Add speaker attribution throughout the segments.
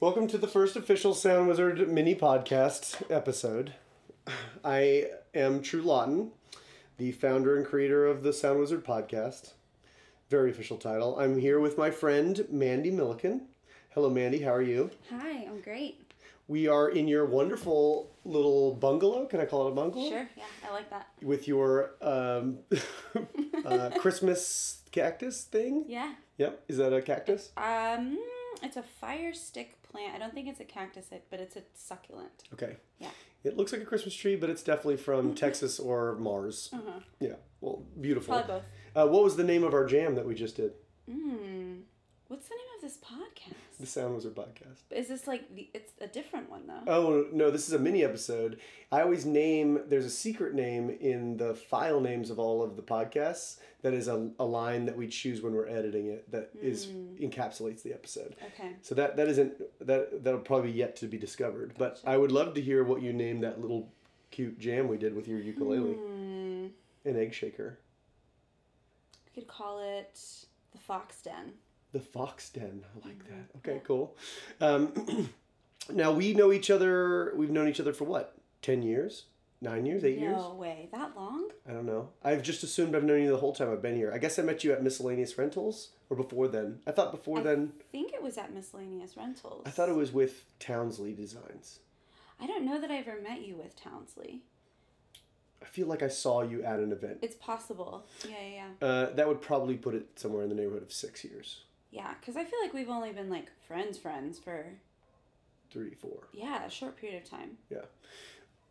Speaker 1: Welcome to the first official Sound Wizard mini podcast episode. I am True Lawton, the founder and creator of the Sound Wizard podcast. Very official title. I'm here with my friend Mandy Milliken. Hello, Mandy. How are you?
Speaker 2: Hi, I'm great.
Speaker 1: We are in your wonderful little bungalow. Can I call it a bungalow?
Speaker 2: Sure, yeah, I like that.
Speaker 1: With your um, uh, Christmas cactus thing.
Speaker 2: Yeah.
Speaker 1: Yep. Is that a cactus?
Speaker 2: Um, it's a fire stick plant. I don't think it's a cactus, it, but it's a succulent.
Speaker 1: Okay.
Speaker 2: Yeah.
Speaker 1: It looks like a Christmas tree, but it's definitely from Texas or Mars.
Speaker 2: Uh-huh.
Speaker 1: Yeah. Well, beautiful.
Speaker 2: Probably both.
Speaker 1: Uh, what was the name of our jam that we just did?
Speaker 2: Mm. What's the name of this podcast?
Speaker 1: The Sound Wizard podcast.
Speaker 2: Is this like the? It's a different one though.
Speaker 1: Oh no, this is a mini episode. I always name. There's a secret name in the file names of all of the podcasts. That is a, a line that we choose when we're editing it. That is
Speaker 2: Hmm.
Speaker 1: encapsulates the episode.
Speaker 2: Okay.
Speaker 1: So that that isn't that that'll probably yet to be discovered. But I would love to hear what you named that little cute jam we did with your ukulele,
Speaker 2: Hmm.
Speaker 1: an egg shaker.
Speaker 2: We could call it the Fox Den.
Speaker 1: The Fox Den. I like that. Okay, cool. Um, now we know each other. We've known each other for what? Ten years? Nine years? Eight
Speaker 2: no
Speaker 1: years?
Speaker 2: way, that long?
Speaker 1: I don't know. I've just assumed I've known you the whole time I've been here. I guess I met you at Miscellaneous Rentals or before then. I thought before
Speaker 2: I-
Speaker 1: then.
Speaker 2: I think it was at Miscellaneous Rentals.
Speaker 1: I thought it was with Townsley Designs.
Speaker 2: I don't know that I ever met you with Townsley.
Speaker 1: I feel like I saw you at an event.
Speaker 2: It's possible. Yeah, yeah, yeah.
Speaker 1: Uh, that would probably put it somewhere in the neighborhood of six years.
Speaker 2: Yeah, because I feel like we've only been like friends, friends for
Speaker 1: Three, four.
Speaker 2: yeah a short period of time.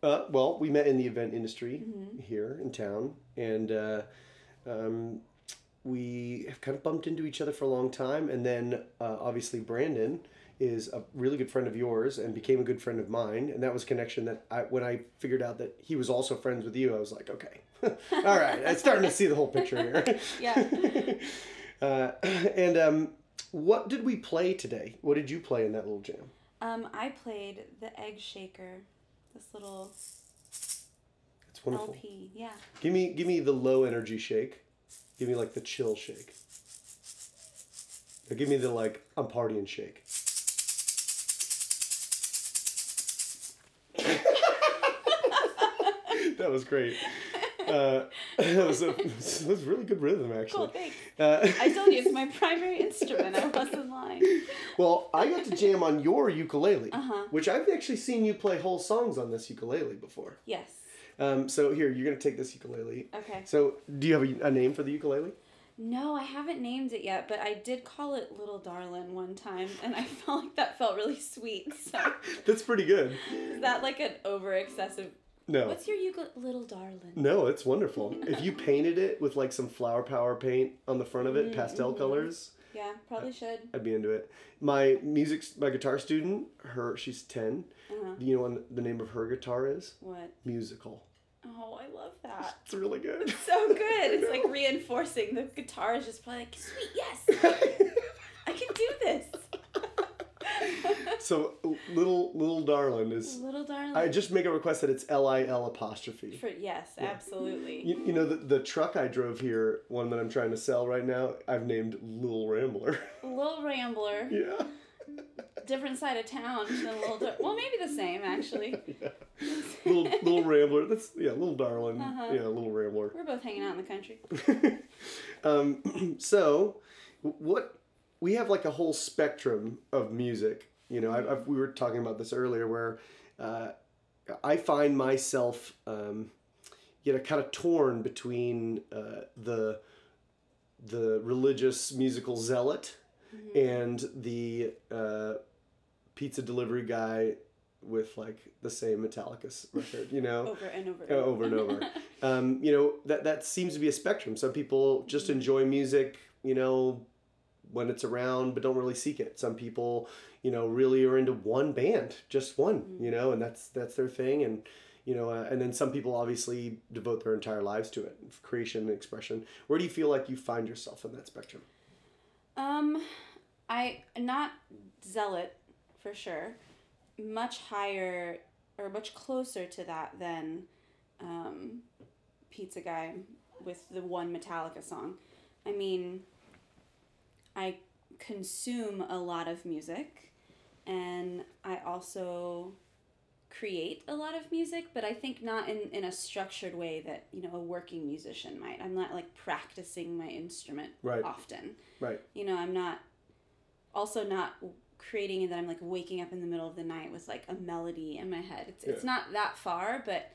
Speaker 1: Uh, well, we met in the event industry
Speaker 2: Mhm.
Speaker 1: here in town, and uh, um, we have kind of bumped into each other for a long time. And then, uh, obviously, Brandon is a really good friend of yours and became a good friend of mine. And that was a connection that I, when I figured out that he was also friends with you, I was like, okay, all right, I'm starting to see the whole picture here.
Speaker 2: Yeah.
Speaker 1: uh, and um, what did we play today? What did you play in that little jam?
Speaker 2: um, I played the egg shaker, this little
Speaker 1: It's wonderful.
Speaker 2: LP. Yeah.
Speaker 1: Give me give me the low energy shake. Give me like the chill shake. Or give me the like I'm partying shake. that was great. Uh, that was a that was really good rhythm
Speaker 2: Cool.
Speaker 1: actually.
Speaker 2: Thanks.
Speaker 1: Uh,
Speaker 2: I told you it's my primary instrument. I wasn't lying.
Speaker 1: well, I got to jam on your ukulele,
Speaker 2: Uh-huh.
Speaker 1: which I've actually seen you play whole songs on this ukulele before.
Speaker 2: Yes.
Speaker 1: Um, so here, you're gonna take this ukulele.
Speaker 2: Okay.
Speaker 1: So, do you have a, a name for the ukulele?
Speaker 2: No, I haven't named it yet, but I did call it Little Darlin' one time, and I felt like that felt really sweet. So
Speaker 1: That's pretty good.
Speaker 2: is that like an over excessive?
Speaker 1: No.
Speaker 2: What's your ukulele, Little Darlin'?
Speaker 1: no, it's wonderful. if you painted it with like some flower power paint on the front of it,
Speaker 2: Mm-hmm.
Speaker 1: pastel colors,
Speaker 2: Yeah, probably should.
Speaker 1: I'd be into it. My music, my guitar student, her, she's 10.
Speaker 2: Uh-huh.
Speaker 1: Do you know what the name of her guitar is?
Speaker 2: What?
Speaker 1: Musical.
Speaker 2: Oh, I love that.
Speaker 1: It's really good.
Speaker 2: so good. It's like reinforcing. The guitar is just probably like, sweet, yes, I can do this.
Speaker 1: so, little, little darling is.
Speaker 2: Little darling.
Speaker 1: I just make a request that it's L I L apostrophe.
Speaker 2: For, yes, absolutely.
Speaker 1: You, you know, the, the truck I drove here, one that I'm trying to sell right now, I've named Lil Rambler.
Speaker 2: Little Rambler,
Speaker 1: yeah.
Speaker 2: different side of town than Little. Dar- well, maybe the same actually.
Speaker 1: little little rambler. That's yeah, little darling.
Speaker 2: Uh-huh.
Speaker 1: Yeah, little rambler.
Speaker 2: We're both hanging out in the country.
Speaker 1: Um, so, what we have like a whole spectrum of music. You know, I, I've, we were talking about this earlier, where uh, I find myself, um, you know, kind of torn between uh, the the religious musical zealot and the uh, pizza delivery guy with like the same Metallica's record, you know,
Speaker 2: over and over.
Speaker 1: uh, over and over. Um, you know that that seems to be a spectrum. Some people just enjoy music, you know, when it's around, but don't really seek it. Some people, you know, really are into one band, just one, you know, and that's that's their thing. And you know, uh, and then some people obviously devote their entire lives to it, creation and expression. Where do you feel like you find yourself in that spectrum?
Speaker 2: Um, I not zealot for sure. Much higher or much closer to that than um, pizza guy with the one Metallica song. I mean, I consume a lot of music, and I also create a lot of music but i think not in, in a structured way that you know a working musician might i'm not like practicing my instrument
Speaker 1: Right.
Speaker 2: often
Speaker 1: Right.
Speaker 2: you know i'm not also not creating it that i'm like waking up in the middle of the night with like a melody in my head it's, it's
Speaker 1: Yeah.
Speaker 2: not that far but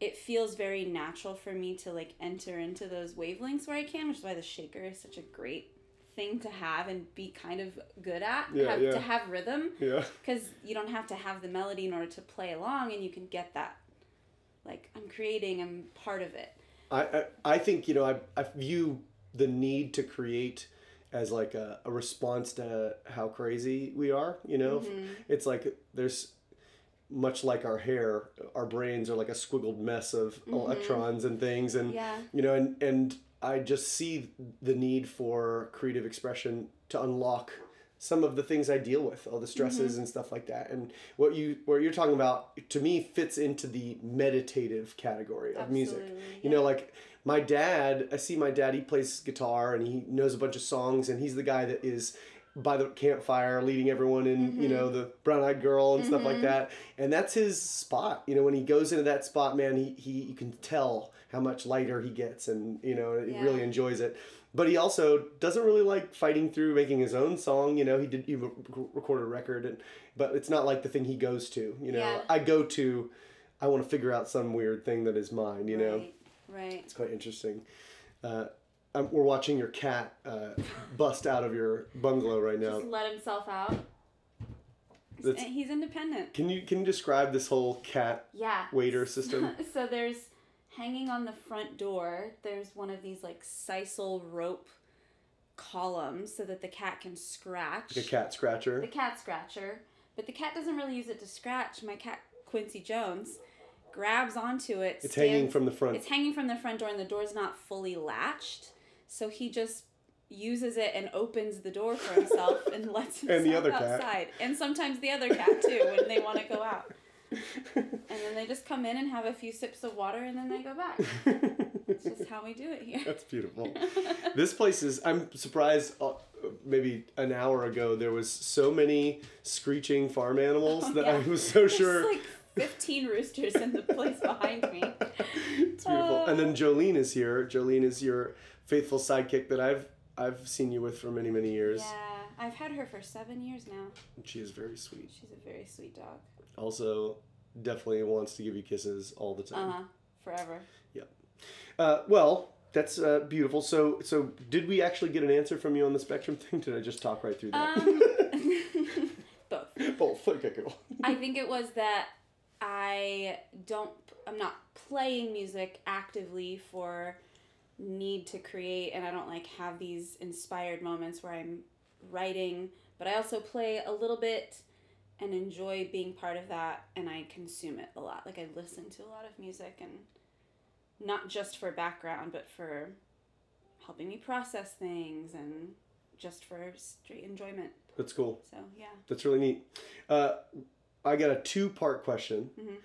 Speaker 2: it feels very natural for me to like enter into those wavelengths where i can which is why the shaker is such a great thing to have and be kind of good at
Speaker 1: Yeah,
Speaker 2: have,
Speaker 1: yeah.
Speaker 2: to have rhythm
Speaker 1: Yeah.
Speaker 2: because you don't have to have the melody in order to play along and you can get that like i'm creating i'm part of it
Speaker 1: I, I, I think you know I, I view the need to create as like a, a response to how crazy we are you know it's like there's much like our hair our brains are like a squiggled mess of electrons and things and
Speaker 2: Yeah.
Speaker 1: you know and and i just see the need for creative expression to unlock some of the things i deal with all the stresses and stuff like that and what you what you're talking about to me fits into the meditative category of music
Speaker 2: Absolutely,
Speaker 1: you know like my dad i see my dad he plays guitar and he knows a bunch of songs and he's the guy that is by the campfire leading everyone in
Speaker 2: Mm-hmm.
Speaker 1: you know the brown eyed girl and stuff like that and that's his spot you know when he goes into that spot man he, he you can tell how much lighter he gets and you know he
Speaker 2: Yeah.
Speaker 1: really enjoys it but he also doesn't really like fighting through making his own song you know he did he re- recorded a record and but it's not like the thing he goes to you know
Speaker 2: Yeah.
Speaker 1: i go to i want to figure out some weird thing that is mine you know
Speaker 2: right, right
Speaker 1: it's quite interesting. Uh, I'm, we're watching your cat uh, bust out of your bungalow right now.
Speaker 2: just let himself out
Speaker 1: That's-
Speaker 2: And he's independent
Speaker 1: Can you can you describe this whole cat?
Speaker 2: yeah
Speaker 1: Waiter system.
Speaker 2: so there's hanging on the front door there's one of these like sisal rope columns so that the cat can scratch
Speaker 1: Like a cat scratcher.
Speaker 2: the cat scratcher but the cat doesn't really use it to scratch my cat quincy jones grabs onto it
Speaker 1: It's hanging
Speaker 2: stands-
Speaker 1: from the front.
Speaker 2: it's hanging from the front door and the door's not fully latched so he just uses it and opens the door for himself and lets himself
Speaker 1: And the other cat.
Speaker 2: outside and sometimes the other cat too when they want to go out and then they just come in and have a few sips of water and then they go back it's just how we do it here
Speaker 1: That's beautiful. this place is. I'm surprised. Uh, maybe an hour ago, there was so many screeching farm animals that I
Speaker 2: Oh, yeah.
Speaker 1: was so
Speaker 2: There's
Speaker 1: sure.
Speaker 2: like 15 roosters in the place behind me
Speaker 1: It's
Speaker 2: uh,
Speaker 1: beautiful. and then Jolene is here. Jolene is your faithful sidekick that I've I've seen you with for many many years.
Speaker 2: yeah i've had her for seven years now
Speaker 1: She is very sweet.
Speaker 2: she's a very sweet dog
Speaker 1: also definitely wants to give you kisses all the time.
Speaker 2: uh-huh forever
Speaker 1: uh well, that's uh, beautiful. So, so did we actually get an answer from you on the spectrum thing? Did I just talk right through that?
Speaker 2: um both
Speaker 1: Both. Okay, cool.
Speaker 2: I think it was that I don't I'm not playing music actively for need to create and I don't like have these inspired moments where I'm writing, but I also play a little bit and enjoy being part of that and I consume it a lot. Like I listen to a lot of music and not just for background, but for helping me process things and just for straight enjoyment.
Speaker 1: That's cool.
Speaker 2: So, yeah.
Speaker 1: That's really neat. Uh, I got a two-part question.
Speaker 2: Mhm.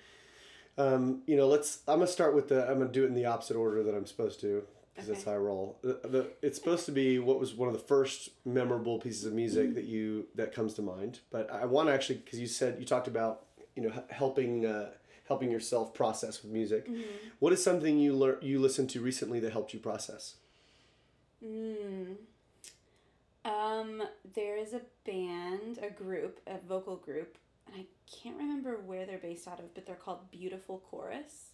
Speaker 1: Um, you know, let's. I'm gonna start with the. I'm gonna do it in the opposite order that I'm supposed to, because that's
Speaker 2: Okay.
Speaker 1: how I roll. The, the, it's supposed to be what was one of the first memorable pieces of music
Speaker 2: Mm-hmm.
Speaker 1: that you that comes to mind. But I want to actually, because you said you talked about, you know, h- helping uh, helping yourself process with music.
Speaker 2: Mm-hmm.
Speaker 1: What is something you learn you listened to recently that helped you process?
Speaker 2: Mm. Um, there is a band, a group, a vocal group, and I can't remember where they're based out of, but they're called Beautiful Chorus.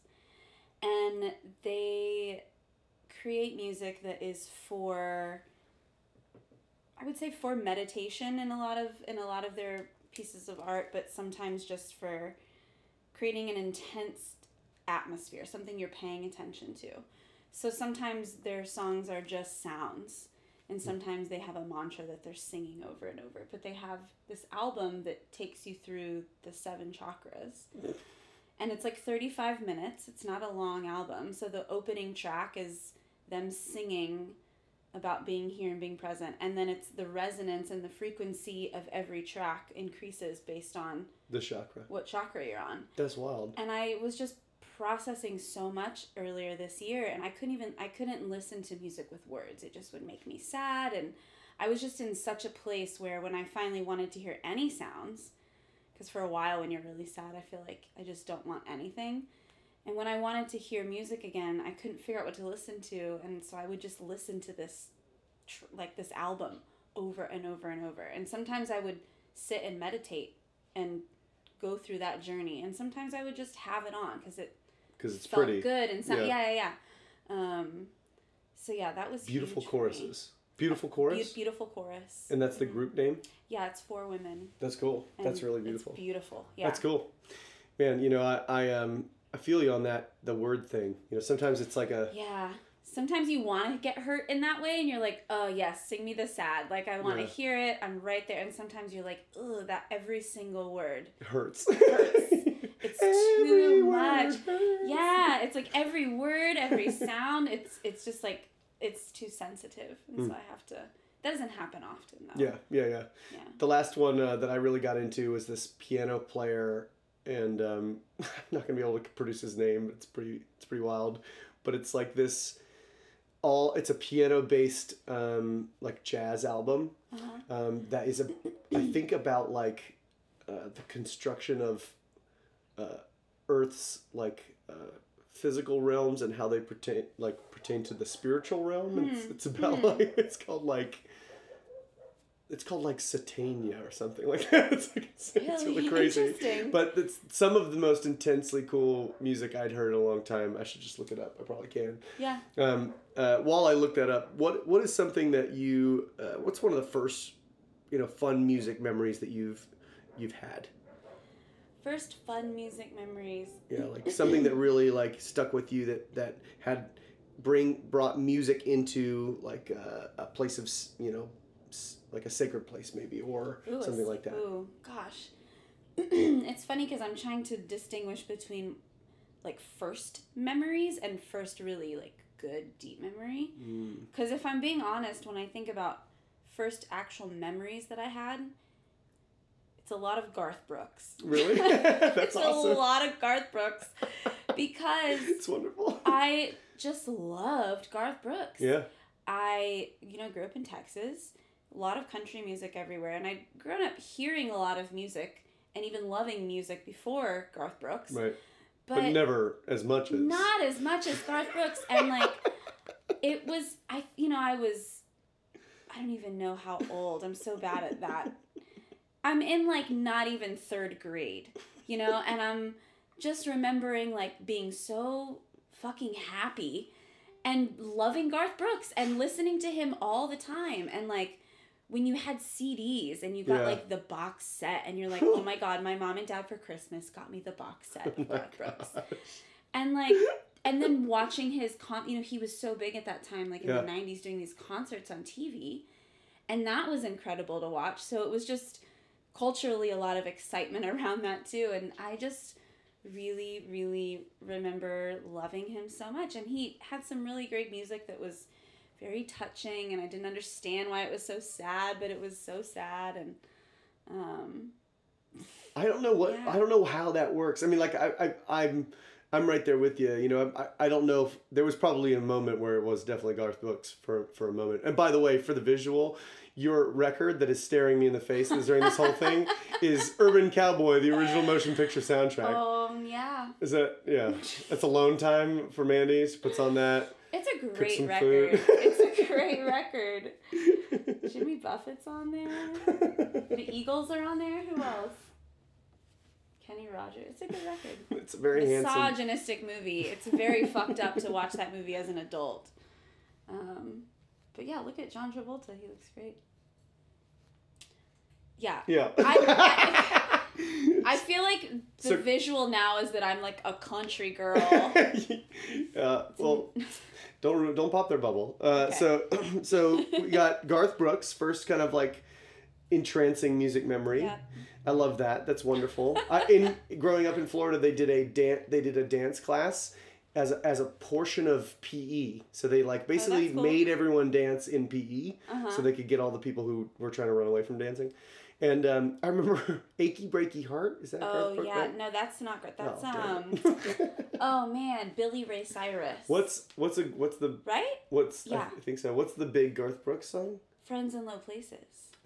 Speaker 2: And they create music that is for I would say for meditation in a lot of in a lot of their pieces of art, but sometimes just for creating an intense atmosphere, something you're paying attention to. So sometimes their songs are just sounds, and sometimes they have a mantra that they're singing over and over. But they have this album that takes you through the seven chakras. And it's like 35 minutes. It's not a long album. So the opening track is them singing about being here and being present. And then it's the resonance and the frequency of every track increases based on
Speaker 1: The chakra.
Speaker 2: what chakra you're on.
Speaker 1: That's wild.
Speaker 2: And I was just processing so much earlier this year and I couldn't even I couldn't listen to music with words. It just would make me sad and I was just in such a place where when I finally wanted to hear any sounds because for a while when you're really sad I feel like I just don't want anything. And when I wanted to hear music again, I couldn't figure out what to listen to and so I would just listen to this tr- like this album over and over and over. And sometimes I would sit and meditate and go through that journey and sometimes I would just have it on cuz it
Speaker 1: Because it's
Speaker 2: felt
Speaker 1: pretty.
Speaker 2: good and sound,
Speaker 1: Yeah.
Speaker 2: yeah. yeah, yeah, Um, so yeah, that was
Speaker 1: Beautiful
Speaker 2: huge for me.
Speaker 1: choruses. Beautiful
Speaker 2: Beau-
Speaker 1: chorus.
Speaker 2: beautiful chorus.
Speaker 1: And that's the group name?
Speaker 2: yeah, it's for women.
Speaker 1: That's cool.
Speaker 2: Mm-hmm. and
Speaker 1: That's really
Speaker 2: it's
Speaker 1: beautiful.
Speaker 2: beautiful. Yeah.
Speaker 1: That's cool. Man, you know, I, I um I feel you on that the word thing. You know, sometimes it's like a
Speaker 2: Yeah. Sometimes you want to get hurt in that way, and you're like, "Oh yes, sing me the sad." Like I want to
Speaker 1: Yeah.
Speaker 2: hear it. I'm right there. And sometimes you're like, "Ugh, that every single word."
Speaker 1: it hurts.
Speaker 2: It's
Speaker 1: Every
Speaker 2: too
Speaker 1: word
Speaker 2: much.
Speaker 1: hurts.
Speaker 2: Yeah, it's like every word, every sound. It's it's just like it's too sensitive, and so I have to. That doesn't happen often though.
Speaker 1: Hmm. Yeah, yeah, yeah.
Speaker 2: Yeah.
Speaker 1: The last one uh, that I really got into was this piano player, and um, I'm not gonna be able to produce his name. But it's pretty, it's pretty wild, but it's like this. All it's a piano based um, like jazz album
Speaker 2: Uh-huh.
Speaker 1: um, that is a, I think about like uh, the construction of uh, Earth's like uh, physical realms and how they pertain like pertain to the spiritual realm. And it's,
Speaker 2: Hmm.
Speaker 1: it's about
Speaker 2: Hmm.
Speaker 1: like it's called like it's called like Satania or something like that. It's like it's, it's really crazy.
Speaker 2: Interesting.
Speaker 1: But it's some of the most intensely cool music I'd heard in a long time. I should just look it up. I probably can.
Speaker 2: yeah.
Speaker 1: Um, uh, while I look that up, what what is something that you? Uh, what's one of the first, you know, fun music memories that you've you've had?
Speaker 2: First fun music memories.
Speaker 1: Yeah, like something that really like stuck with you that that had bring brought music into like uh, a, a place of s- you know s- like a sacred place maybe or
Speaker 2: Ooh,
Speaker 1: something
Speaker 2: it's-
Speaker 1: like that.
Speaker 2: Ooh, gosh. it's funny because I'm trying to distinguish between like first memories and first really like good deep memory.
Speaker 1: Mm.
Speaker 2: Because if I'm being honest, when I think about first actual memories that I had, it's a lot of Garth Brooks.
Speaker 1: Really, that's
Speaker 2: it's
Speaker 1: awesome.
Speaker 2: a lot of Garth Brooks because
Speaker 1: It's wonderful.
Speaker 2: I just loved Garth Brooks.
Speaker 1: yeah,
Speaker 2: I, you know, grew up in Texas, a lot of country music everywhere, and I'd grown up hearing a lot of music and even loving music before Garth Brooks,
Speaker 1: right,
Speaker 2: but,
Speaker 1: but, never as much as
Speaker 2: not as much as Garth Brooks. And like, it was, I, you know, I was, I don't even know how old. I'm so bad at that. I'm in like not even third grade, you know, and I'm just remembering like being so fucking happy and loving Garth Brooks and listening to him all the time and like when you had CDs and you got
Speaker 1: Yeah.
Speaker 2: like the box set and you're like oh my god my mom and dad for Christmas got me the box set
Speaker 1: Oh
Speaker 2: of
Speaker 1: my
Speaker 2: Garth Brooks
Speaker 1: gosh.
Speaker 2: and like and then watching his con you know he was so big at that time like in
Speaker 1: Yeah.
Speaker 2: the 90s doing these concerts on tv and that was incredible to watch so it was just culturally a lot of excitement around that too and i just really really remember loving him so much and he had some really great music that was very touching and i didn't understand why it was so sad but it was so sad and um
Speaker 1: I don't know what
Speaker 2: Yeah.
Speaker 1: I don't know how that works. I mean, like I, I I'm I'm right there with you. You know, I, I- I don't know if there was probably a moment where it was definitely Garth Brooks for for a moment. And by the way, for the visual, your record that is staring me in the face is during this whole thing is Urban Cowboy, the original motion picture soundtrack.
Speaker 2: um yeah
Speaker 1: Is that yeah? That's alone time for Mandy. She puts on that.
Speaker 2: It's a
Speaker 1: some
Speaker 2: great
Speaker 1: food.
Speaker 2: record. it's a great record. Jimmy Buffett's on there. The Eagles are on there. Who else? Kenny Rogers. It's a good record.
Speaker 1: It's a very handsome.
Speaker 2: Misogynistic movie. It's very fucked up to watch that movie as an adult. Um, but yeah, look at John Travolta. He looks great. yeah.
Speaker 1: Yeah.
Speaker 2: I- I feel like the
Speaker 1: So-
Speaker 2: visual now is that I'm like a country girl. Oh,
Speaker 1: uh, well, don't ru- don't pop their bubble. Uh,
Speaker 2: Okay.
Speaker 1: So so we got Garth Brooks first, kind of like entrancing music memory.
Speaker 2: Yeah.
Speaker 1: I love that. That's wonderful. I, in growing up in Florida, they did a dan- they did a dance class as a, as a portion of PE. So they like basically
Speaker 2: Oh, cool.
Speaker 1: made everyone dance in PE,
Speaker 2: Uh-huh.
Speaker 1: so they could get all the people who were trying to run away from dancing. And um, I remember "Achy Breaky Heart." Is that a Garth
Speaker 2: Oh
Speaker 1: Brooks?
Speaker 2: yeah,
Speaker 1: band?
Speaker 2: no, that's not great. That's
Speaker 1: Oh,
Speaker 2: um.
Speaker 1: damn it.
Speaker 2: Oh man, Billy Ray Cyrus.
Speaker 1: What's what's a what's the
Speaker 2: right?
Speaker 1: what's
Speaker 2: Yeah.
Speaker 1: I think so. What's the big Garth Brooks song?
Speaker 2: Friends in Low Places.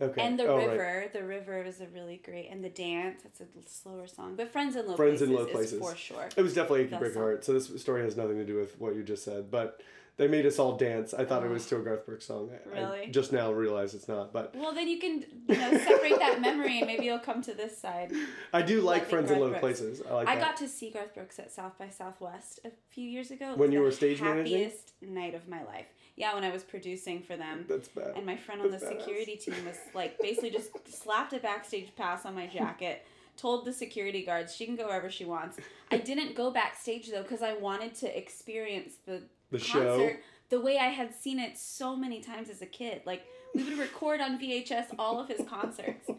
Speaker 1: Okay.
Speaker 2: And the
Speaker 1: Oh, right.
Speaker 2: river, the river is a really great, and the dance. That's a slower song, but Friends in Low
Speaker 1: Friends in
Speaker 2: Places
Speaker 1: Low
Speaker 2: is
Speaker 1: Places.
Speaker 2: for sure.
Speaker 1: It was definitely Achy
Speaker 2: That
Speaker 1: Breaky
Speaker 2: song.
Speaker 1: Heart. So this story has nothing to do with what you just said, but they made us all dance. I thought it was to a Garth Brooks song. I- I
Speaker 2: Really?
Speaker 1: just now realized it's not, but
Speaker 2: Well, then you can you know separate that memory, and maybe you'll come to this side.
Speaker 1: I do like
Speaker 2: Loving
Speaker 1: Friends in
Speaker 2: Garth
Speaker 1: Low
Speaker 2: Brooks.
Speaker 1: Places. I like
Speaker 2: I
Speaker 1: that.
Speaker 2: got to see Garth Brooks at South by Southwest a few years ago. It was
Speaker 1: When you
Speaker 2: the
Speaker 1: were stage managing?
Speaker 2: happiest night of my life. Yeah, when I was producing for them.
Speaker 1: That's bad.
Speaker 2: And my friend on the
Speaker 1: That's badass.
Speaker 2: security team was like basically just slapped a backstage pass on my jacket, told the security guards she can go wherever she wants. I didn't go backstage though because I wanted to experience the
Speaker 1: the show.
Speaker 2: concert the way I had seen it so many times as a kid. Like we would record on VHS all of his concerts.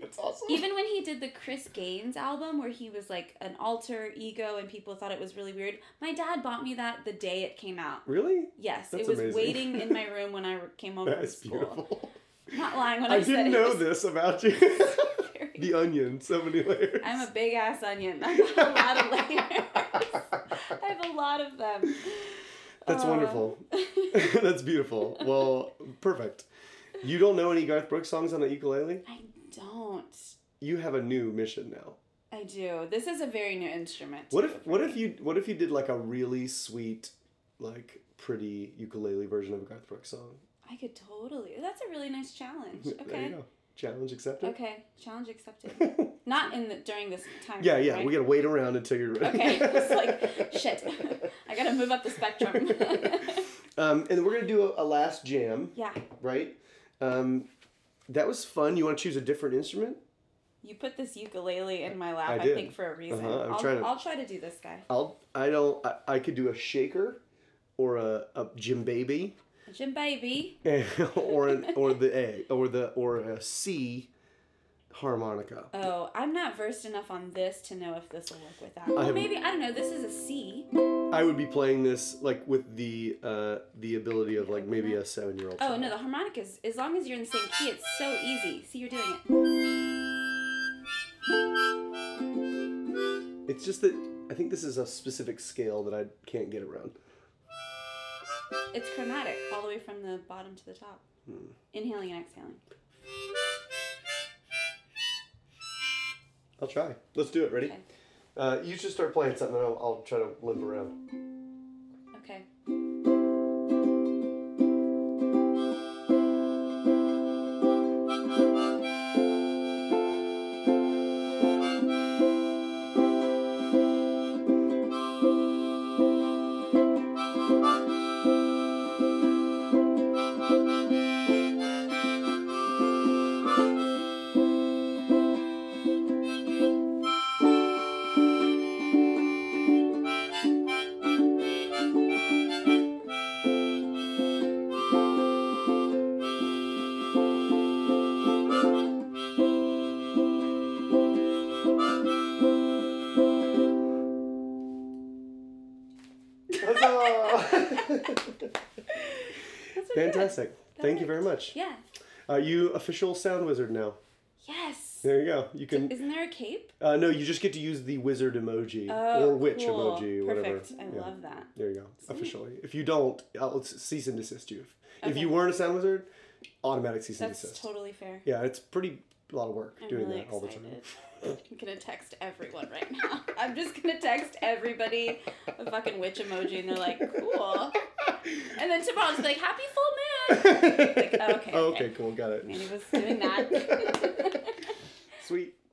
Speaker 1: That's awesome.
Speaker 2: Even when he did the Chris Gaines album, where he was like an alter ego and people thought it was really weird, my dad bought me that the day it came out.
Speaker 1: really?
Speaker 2: Yes,
Speaker 1: That's
Speaker 2: it was
Speaker 1: amazing.
Speaker 2: waiting in my room when I came home
Speaker 1: That
Speaker 2: from
Speaker 1: is
Speaker 2: school.
Speaker 1: beautiful.
Speaker 2: Not lying when I,
Speaker 1: I didn't
Speaker 2: said
Speaker 1: know
Speaker 2: it was
Speaker 1: this about you.
Speaker 2: very-
Speaker 1: the onion, so many layers.
Speaker 2: I'm a big ass onion. I have a lot of layers. I have a lot of them.
Speaker 1: That's
Speaker 2: Uh,
Speaker 1: wonderful. That's beautiful. Well, perfect. You don't know any Garth Brooks songs on the ukulele?
Speaker 2: I don't.
Speaker 1: You have a new mission now.
Speaker 2: I do. This is a very new instrument.
Speaker 1: What
Speaker 2: too
Speaker 1: if
Speaker 2: for
Speaker 1: what
Speaker 2: me.
Speaker 1: if you what if you did like a really sweet, like pretty ukulele version of a Garth Brooks song?
Speaker 2: I could totally. That's a really nice challenge.
Speaker 1: There you
Speaker 2: Okay.
Speaker 1: go. Challenge accepted.
Speaker 2: Okay. Challenge accepted. Not in the during this time.
Speaker 1: Yeah,
Speaker 2: frame,
Speaker 1: yeah.
Speaker 2: right?
Speaker 1: We gotta wait around until you're ready.
Speaker 2: Okay. It's like shit. I gotta move up the spectrum.
Speaker 1: um, and then we're gonna do a, a last jam,
Speaker 2: yeah.
Speaker 1: right? Um, that was fun. You want to choose a different instrument?
Speaker 2: You put this ukulele in my lap.
Speaker 1: I
Speaker 2: I,
Speaker 1: did.
Speaker 2: think for a reason.
Speaker 1: Uh-huh, I'm
Speaker 2: I'll,
Speaker 1: trying to-
Speaker 2: I'll try to do this guy.
Speaker 1: I'll. I don't. I, I could do a shaker, or a a Jim baby.
Speaker 2: Jim baby.
Speaker 1: or an, or the A or the or a C harmonica.
Speaker 2: Oh, I'm not versed enough on this to know if this will work with that. Well,
Speaker 1: haven't-
Speaker 2: maybe I don't know. This is a C.
Speaker 1: I would be playing this like with the uh, the ability of like maybe a seven year old.
Speaker 2: Oh no, the harmonica is as long as you're in the same key, it's so easy. See, you're doing it.
Speaker 1: It's just that I think this is a specific scale that I can't get around.
Speaker 2: It's chromatic, all the way from the bottom to the top.
Speaker 1: Hmm.
Speaker 2: Inhaling and exhaling.
Speaker 1: I'll try. Let's do it. Ready?
Speaker 2: Okay.
Speaker 1: Uh, you should start playing something. I'll, I'll try to limp around.
Speaker 2: Okay.
Speaker 1: Huzzah!
Speaker 2: That's what I did.
Speaker 1: Fantastic. Thank you very much.
Speaker 2: Yeah.
Speaker 1: Uh, you official sound wizard now.
Speaker 2: Yes.
Speaker 1: There you go. You can.
Speaker 2: Isn't there a cape?
Speaker 1: Uh, no, you just get to use the wizard emoji
Speaker 2: Oh,
Speaker 1: or witch
Speaker 2: cool.
Speaker 1: emoji, whatever.
Speaker 2: Perfect. I
Speaker 1: Yeah.
Speaker 2: love that.
Speaker 1: There you go. Officially, if you don't, I'll s- cease and desist you. If
Speaker 2: Okay.
Speaker 1: you weren't a sound wizard, automatic cease and
Speaker 2: That's
Speaker 1: desist.
Speaker 2: totally fair.
Speaker 1: yeah, it's pretty a lot of work
Speaker 2: I'm
Speaker 1: doing
Speaker 2: really
Speaker 1: that all the
Speaker 2: excited.
Speaker 1: time.
Speaker 2: I'm gonna text everyone right now. I'm just gonna text everybody a fucking witch emoji, and they're like, "Cool." And then tomorrow, I'll just be like, "Happy full moon."
Speaker 1: okay,
Speaker 2: okay, okay.
Speaker 1: cool, got
Speaker 2: And
Speaker 1: it.
Speaker 2: he was doing that.
Speaker 1: Sweet.